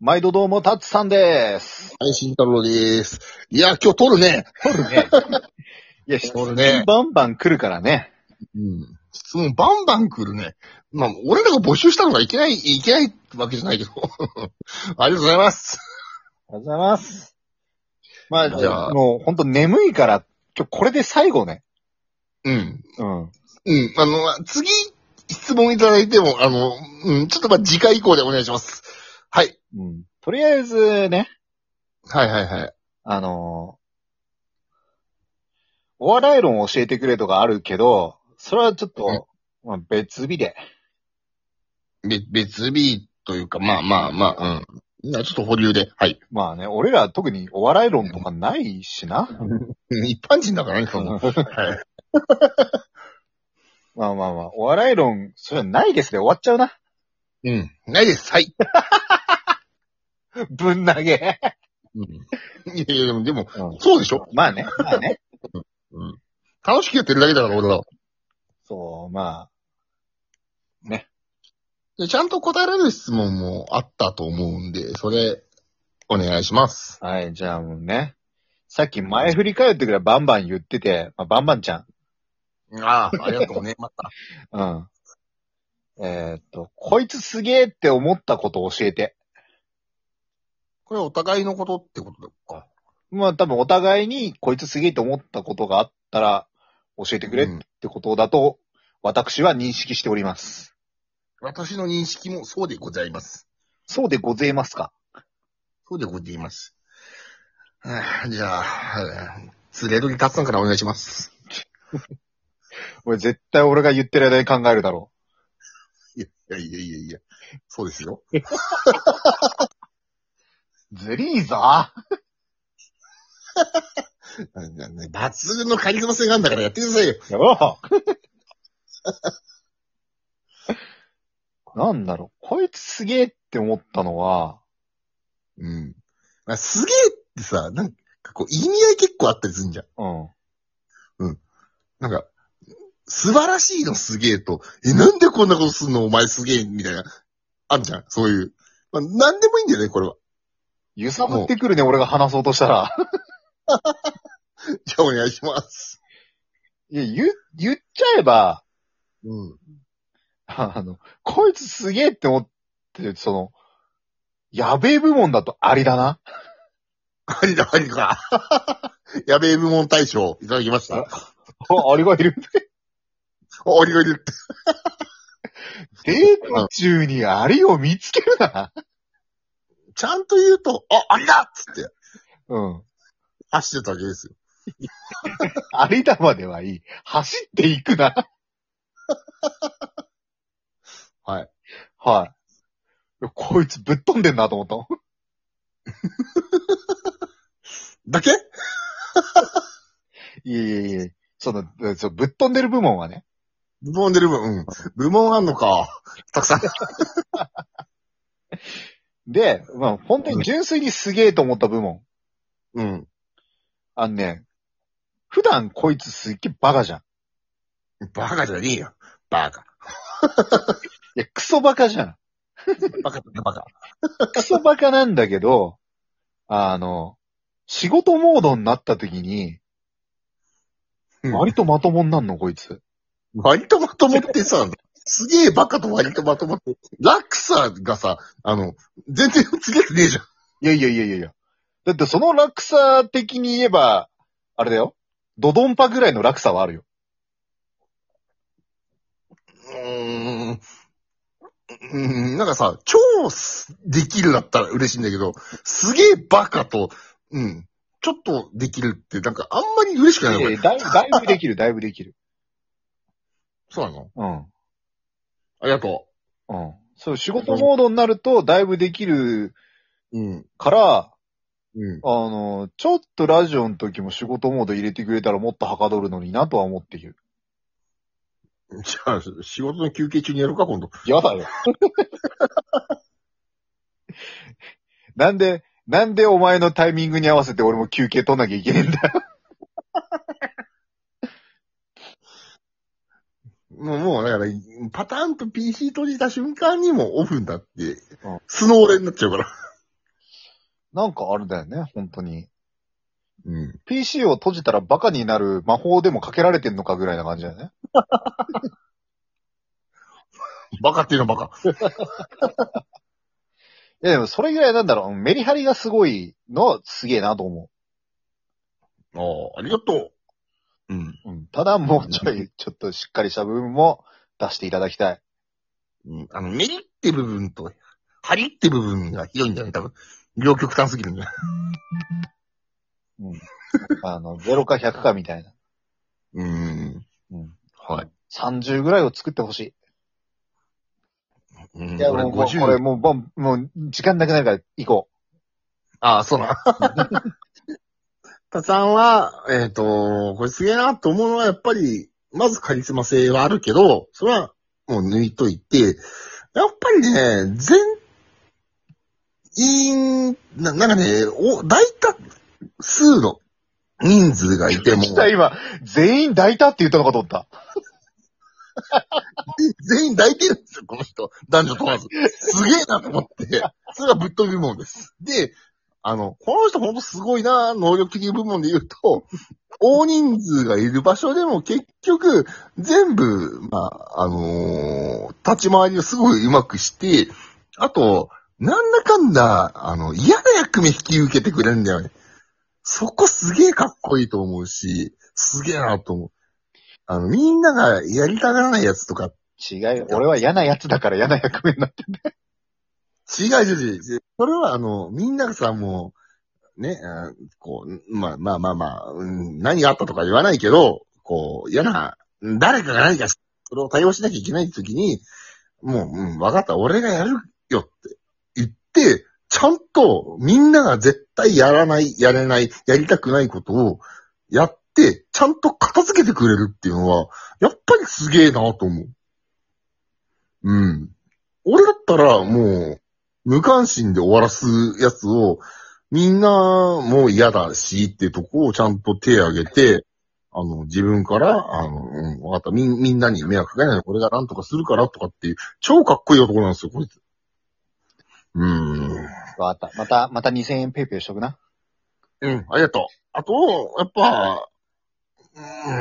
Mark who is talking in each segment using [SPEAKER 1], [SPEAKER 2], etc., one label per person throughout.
[SPEAKER 1] 毎度どうも、タッチさんです。
[SPEAKER 2] はい、慎太郎です。いや、今日撮るね。
[SPEAKER 1] 取るね。いや、質
[SPEAKER 2] 撮るね。
[SPEAKER 1] バンバン来るからね。
[SPEAKER 2] うん。質問バンバン来るね。まあ、俺らが募集したのがいけない、いけないわけじゃないけど。 ありがとうございます。
[SPEAKER 1] ありがとうございます。まあ、
[SPEAKER 2] じゃあ
[SPEAKER 1] もうほんと眠いから、今日これで最後ね。
[SPEAKER 2] うん。
[SPEAKER 1] うん。
[SPEAKER 2] うん。あの、次、質問いただいても、あの、うん、ちょっとまあ、次回以降でお願いします。はい。
[SPEAKER 1] うん。とりあえずね、
[SPEAKER 2] はいはいはい。
[SPEAKER 1] あのーお笑い論を教えてくれとかあるけど、それはちょっと、まあ、別日で。
[SPEAKER 2] べ、別日というか、まあまあまあ、うん。なちょっと保留で。はい。
[SPEAKER 1] まあね、俺ら特にお笑い論とかないしな。
[SPEAKER 2] うん一般人だからね、そ の。はい。
[SPEAKER 1] まあまあまあ、お笑い論、それはないですで終わっちゃうな。
[SPEAKER 2] うん。ないです。はい。
[SPEAKER 1] ぶん投げ。
[SPEAKER 2] うん。いやいや、でも、でも
[SPEAKER 1] うん
[SPEAKER 2] そうでしょ
[SPEAKER 1] まあね、まあね。
[SPEAKER 2] 楽しくやってるだけだから、俺らは。
[SPEAKER 1] そう、ま
[SPEAKER 2] でちゃんと答えられる質問もあったと思うんで、それ、お願いします。
[SPEAKER 1] あ、はい、じゃあもうね。さっき前振り返ってくらいバンバン言ってて、まあ、バンバンちゃん。
[SPEAKER 2] ああ、ありがとうね。また。
[SPEAKER 1] うん。えーっと、こいつすげえって思ったこと教えて。
[SPEAKER 2] これお互いのことってことか。
[SPEAKER 1] まあ多分お互いにこいつすげえって思ったことがあったら教えてくれっ
[SPEAKER 2] うん
[SPEAKER 1] てことだと、私は認識しております。
[SPEAKER 2] 私の認識もそうでございます。
[SPEAKER 1] そうでございますか
[SPEAKER 2] そうでございます。はあじゃあ、釣れ時立つさんからお願いします。
[SPEAKER 1] 俺絶対俺が言ってる間に考えるだろ
[SPEAKER 2] いやいやいやいや、そうですよ。
[SPEAKER 1] う。ずりーぞ
[SPEAKER 2] うんうんうん抜群のカリスマ性があるんだからやってくださいよ。
[SPEAKER 1] やろう なんだろう、こいつすげえって思ったのは、
[SPEAKER 2] うん。まあすげえってさ、なんかこう、意味合い結構あったりするんじゃん。
[SPEAKER 1] うん。
[SPEAKER 2] なんか、素晴らしいのすげえと、え、なんでこんなことすんのお前すげえみたいな、あんじゃん。そういう。まあ、なんでもいいんだよね、これは。
[SPEAKER 1] 揺さぶってくるね、俺が話そうとしたら。
[SPEAKER 2] じゃあお願いします。
[SPEAKER 1] いや、言、言っちゃえば、
[SPEAKER 2] うん。
[SPEAKER 1] あの、こいつすげえって思ってる、その、やべえ部門だとありだな。
[SPEAKER 2] ありだ、 ありか。やべえ部門大賞、いただきました。
[SPEAKER 1] あ
[SPEAKER 2] あ、
[SPEAKER 1] あありがい る。
[SPEAKER 2] ありがとう。
[SPEAKER 1] デート中にありを見つけるな。
[SPEAKER 2] ちゃんと言うと、あ、ありだっつって、
[SPEAKER 1] うん。
[SPEAKER 2] 走ってたわけですよ。
[SPEAKER 1] ありだまではいい。走っていくな。
[SPEAKER 2] はい。
[SPEAKER 1] はい。こいつぶっ飛んでんなと思ったもん。
[SPEAKER 2] だけ
[SPEAKER 1] いやいやいや。その、そのぶっ飛んでる部門はね。
[SPEAKER 2] 部門出る分、うん。部門あんのか。たくさん。
[SPEAKER 1] で、まあ、本当に純粋にすげえと思った部門。
[SPEAKER 2] うん。
[SPEAKER 1] あのね、普段こいつすっげえバカじゃん。い
[SPEAKER 2] バカじゃねえよ。バカ。
[SPEAKER 1] や、クソバカじゃん。
[SPEAKER 2] バカだね、バカ。
[SPEAKER 1] クソバカなんだけど、あの、仕事モードになった時に、
[SPEAKER 2] うん
[SPEAKER 1] 割とまともになんの、こいつ。
[SPEAKER 2] 割とまともってさ、すげえバカと割とまともって、落差がさ、あの、全然つげてねえじゃん。
[SPEAKER 1] いやいやいやいやいや。だってその落差的に言えば、あれだよ。ドドンパぐらいの落差はあるよ。
[SPEAKER 2] うーん。うん、なんかさ、超すできるだったら嬉しいんだけど、すげえバカと、うん、ちょっとできるって、なんかあんまり嬉しくないの、
[SPEAKER 1] いやいやだいだいぶできる、だいぶできる。
[SPEAKER 2] そうなの
[SPEAKER 1] うん。
[SPEAKER 2] ありがと
[SPEAKER 1] うん。そう、仕事モードになると、だいぶできる
[SPEAKER 2] う。うん。
[SPEAKER 1] から、
[SPEAKER 2] うん。
[SPEAKER 1] あの、ちょっとラジオの時も仕事モード入れてくれたらもっとはかどるのになとは思っている。
[SPEAKER 2] じゃあ、仕事の休憩中にやろうか、今度。
[SPEAKER 1] やだよ。 なんで、なんでお前のタイミングに合わせて俺も休憩取んなきゃいけねえんだよ。
[SPEAKER 2] もう、もう、だから、パターンと PC 閉じた瞬間にもうオフになって
[SPEAKER 1] うん、
[SPEAKER 2] スノーレになっちゃうから。
[SPEAKER 1] なんかあれだよね、本当に。
[SPEAKER 2] うん。
[SPEAKER 1] PC を閉じたらバカになる魔法でもかけられてんのかぐらいな感じだよね。
[SPEAKER 2] バカっていうのはバカ。
[SPEAKER 1] いやでもそれぐらいなんだろう、メリハリがすごいのはすげえなと思
[SPEAKER 2] ああ、ありがとう。うん。
[SPEAKER 1] う。うん。ただもうちょい、ちょっとしっかりした部分も出していただきたい。
[SPEAKER 2] うんあの、メリって部分と、ハリって部分がひどいんだよね、多分。両極端すぎるんだよ。
[SPEAKER 1] あの、0か100かみたいな。
[SPEAKER 2] うん。
[SPEAKER 1] うん。
[SPEAKER 2] はい。
[SPEAKER 1] 30ぐらいを作ってほしい。
[SPEAKER 2] うん、
[SPEAKER 1] いや、
[SPEAKER 2] 俺
[SPEAKER 1] もう、もうこれ
[SPEAKER 2] 50。
[SPEAKER 1] もう、もう、もう、時間なくなるから行こ
[SPEAKER 2] ああ、そうな。 たさんは、えっ、と、これすげえなと思うのは、やっぱり、まずカリスマ性はあるけど、それはもう抜いといて、やっぱりね、全、員、な、なんかね、お、大多数の人数がいて
[SPEAKER 1] う。
[SPEAKER 2] も、
[SPEAKER 1] 来た、今、全員抱いたって言ったのかと思った。
[SPEAKER 2] 全員抱いてるんですよ、この人。男女問わず。すげえなと思って。それがぶっ飛び部門です。で、あの、この人ほんとすごいな、能力的部門で言うと、大人数がいる場所でも結局、全部、まあ、あのー立ち回りをすごいうまくして、あと、なんだかんだ、あの、嫌な役目引き受けてくれるんだよね。そこすげえかっこいいと思うし、すげえなと思う。あの、みんながやりたがらないやつとか
[SPEAKER 1] 違うよ。俺は嫌な奴だから嫌な役目になって。
[SPEAKER 2] 違う違う違う。それはあの、みんながさ、もう、ね、あこう、まあまあまあまあ、うん、何があったとか言わないけど、こう、嫌な、うん誰かが何かし、それを対応しなきゃいけないときに、もう、うん、わかった、俺がやるよって言って、ちゃんとみんなが絶対やらない、やれない、やりたくないことをやって、ちゃんと片付けてくれるっていうのは、やっぱりすげえなと思う。うん。俺だったらもう、無関心で終わらすやつを、みんなもう嫌だしっていうとこをちゃんと手挙げて、あの、自分から、あの、うん、わかった、みん、みんなに迷惑かけないで、俺がなんとかするからとかっていう、超かっこいい男なんですよ、こいつ。うーん。
[SPEAKER 1] わかった。また、また2000円ペイペイしとくな。
[SPEAKER 2] うん、ありがとう。あと、やっぱ、うー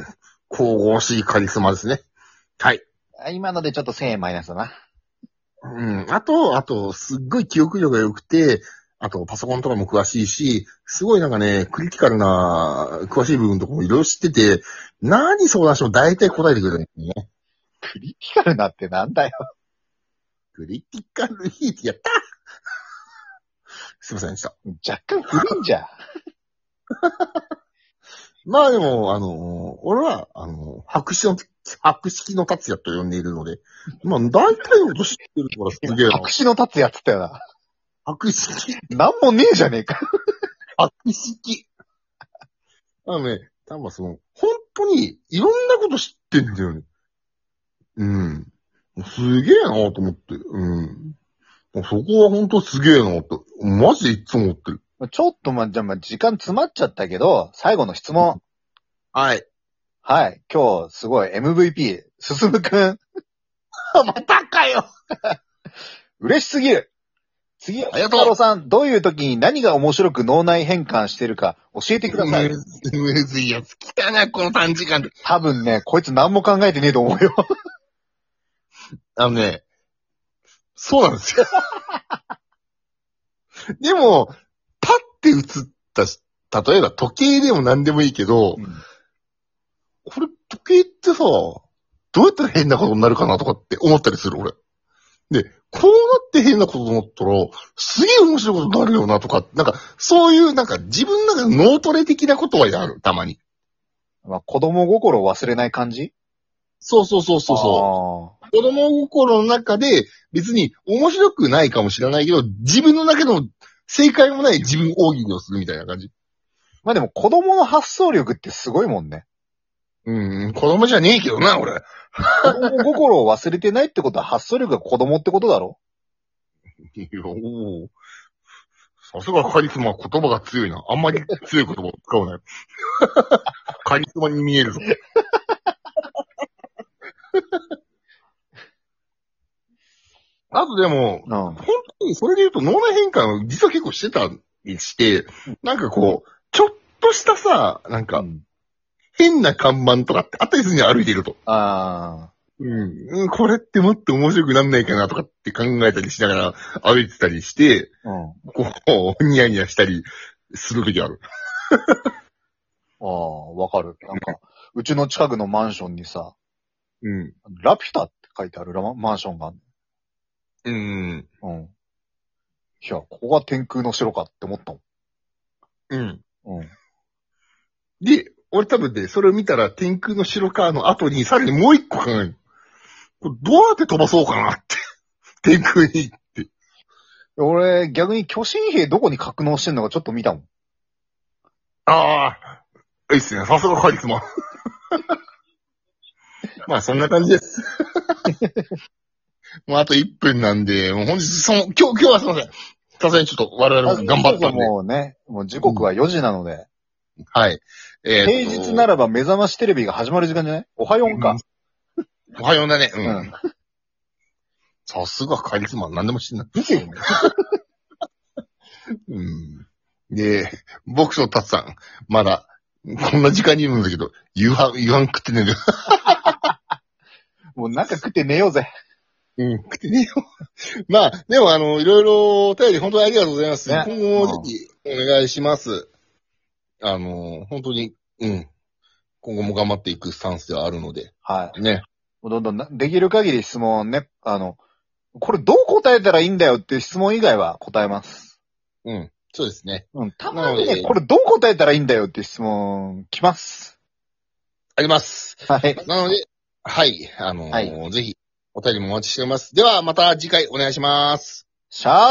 [SPEAKER 2] ん、神々しいカリスマですね。はい。
[SPEAKER 1] あ今のでちょっと1000円マイナスだな。
[SPEAKER 2] うん。あと、あと、すっごい記憶力が良くて、あと、パソコンとかも詳しいし、すごいなんかね、クリティカルな、詳しい部分とかもいろいろ知ってて、何相談しても大体答えてくれるんですね。
[SPEAKER 1] クリティカルなってなんだよ。
[SPEAKER 2] クリティカルヒートやった すいませんでした。
[SPEAKER 1] 若干古いんじゃん。
[SPEAKER 2] まあでも、あの、俺は、あの、白紙の、白式の達也と呼んでいるので、まあ大体のこと知ってるからすげえな
[SPEAKER 1] 白。紙の立つやつったよな。
[SPEAKER 2] 白式
[SPEAKER 1] なんもねえじゃねえか。
[SPEAKER 2] 白式。あのね、多分その、本当にいろんなこと知ってんだよね。うん。すげえなと思って。うん。そこは本当すげえなと。マジでいつも思ってる。
[SPEAKER 1] ちょっとま、じゃあま、時間詰まっちゃったけど、最後の質問。
[SPEAKER 2] はい。
[SPEAKER 1] はい。今日、すごい MVP、進むくん。
[SPEAKER 2] またかよ
[SPEAKER 1] 嬉しすぎる。次、
[SPEAKER 2] ありがとう
[SPEAKER 1] 太郎さん、どういう時に何が面白く脳内変換してるか教えてください。
[SPEAKER 2] むずいやつ来たな、この短時間で。
[SPEAKER 1] 多分ね、こいつ何も考えてねえと思うよ。
[SPEAKER 2] あのね、そうなんですよ。でも、パッて映ったし、例えば時計でも何でもいいけど、これ、時計ってさ、どうやったら変なことになるかなとかって思ったりする、俺。で、こうなって変なことになったら、すげえ面白いことになるよなとか、なんか、そういう、なんか、自分の中で脳トレ的なことはやる、たまに。
[SPEAKER 1] まあ、子供心を忘れない感じ
[SPEAKER 2] そうそうそうそうそ。
[SPEAKER 1] そう
[SPEAKER 2] 子供心の中で、別に面白くないかもしれないけど、自分の中でも正解もない自分大喜利をするみたいな感じ。
[SPEAKER 1] う。まあでも子供の発想力ってすごいもんね。
[SPEAKER 2] うん、子供じゃねえけどな、俺。
[SPEAKER 1] 子供心を忘れてないってことは発想力が子供ってことだろ
[SPEAKER 2] いや、おーさすがカリスマは言葉が強いな。あんまり強い言葉を使わない。 カリスマに見えるぞ。あとでも、
[SPEAKER 1] うん。
[SPEAKER 2] 本当にそれで言うと脳内変換を実は結構してたりして、なんかこう、ちょっとしたさ、なんか
[SPEAKER 1] うん
[SPEAKER 2] 変な看板とかってあったりするに歩いていると。
[SPEAKER 1] あ
[SPEAKER 2] うんうん、これってもっと面白くなんないかなとかって考えたりしながら歩いてたりして、
[SPEAKER 1] あ、うん。
[SPEAKER 2] こう、ニヤニヤしたりするときある。
[SPEAKER 1] ああ、わかる。なんか、うちの近くのマンションにさ、
[SPEAKER 2] うん。
[SPEAKER 1] ラピュタって書いてあるラママンションがある。
[SPEAKER 2] うん。
[SPEAKER 1] うん。いや、ここが天空の城かって思った
[SPEAKER 2] うん。
[SPEAKER 1] もん。うん。
[SPEAKER 2] で、俺多分ね、それを見たら天空の城カーの後にさらにもう一個考える。これどうやって飛ばそうかなって。 天空に。
[SPEAKER 1] 俺、逆に巨神兵どこに格納してんのかちょっと見たもん。
[SPEAKER 2] ああ、いいっすね。さすがカリスマ。 まあ、そんな感じです。 もうあと1分なんで、もう本日、その、今日、今日はすいません。さすがにちょっと我々も頑張ったんで。
[SPEAKER 1] もうね、もう時刻は4時なので、
[SPEAKER 2] はい。え
[SPEAKER 1] 平日な
[SPEAKER 2] ら、
[SPEAKER 1] らば目覚ましテレビが始まる時間じゃないおはようか。
[SPEAKER 2] おはようだね。うん。
[SPEAKER 1] うん
[SPEAKER 2] さすがカリスマ。何でも知んない。
[SPEAKER 1] 見てるね。
[SPEAKER 2] うん。で、僕とタツさん、まだ、こんな時間にいるんだけど、夕飯、夕飯食ってねえんだよ。
[SPEAKER 1] もうなんか食って寝ようぜ。
[SPEAKER 2] うん、食ってねえよ。まあ、でもあの、いろいろお便り本当にありがとうございます。
[SPEAKER 1] ね
[SPEAKER 2] 今後もぜひお願いします。あの、本当に、うん。今後も頑張っていくスタンスではあるので。
[SPEAKER 1] はい。
[SPEAKER 2] ね。
[SPEAKER 1] もうどんどんな、できる限り質問ね、あの、これどう答えたらいいんだよっていう質問以外は答えます。
[SPEAKER 2] うん。そうですね。
[SPEAKER 1] うん、たまに
[SPEAKER 2] なの
[SPEAKER 1] ね、
[SPEAKER 2] で
[SPEAKER 1] これどう答えたらいいんだよっていう質問来ます。
[SPEAKER 2] あります。
[SPEAKER 1] はい。
[SPEAKER 2] なので、はい。あの、
[SPEAKER 1] はい
[SPEAKER 2] ぜひ、お便りもお待ちしております。では、また次回お願いします。
[SPEAKER 1] シャー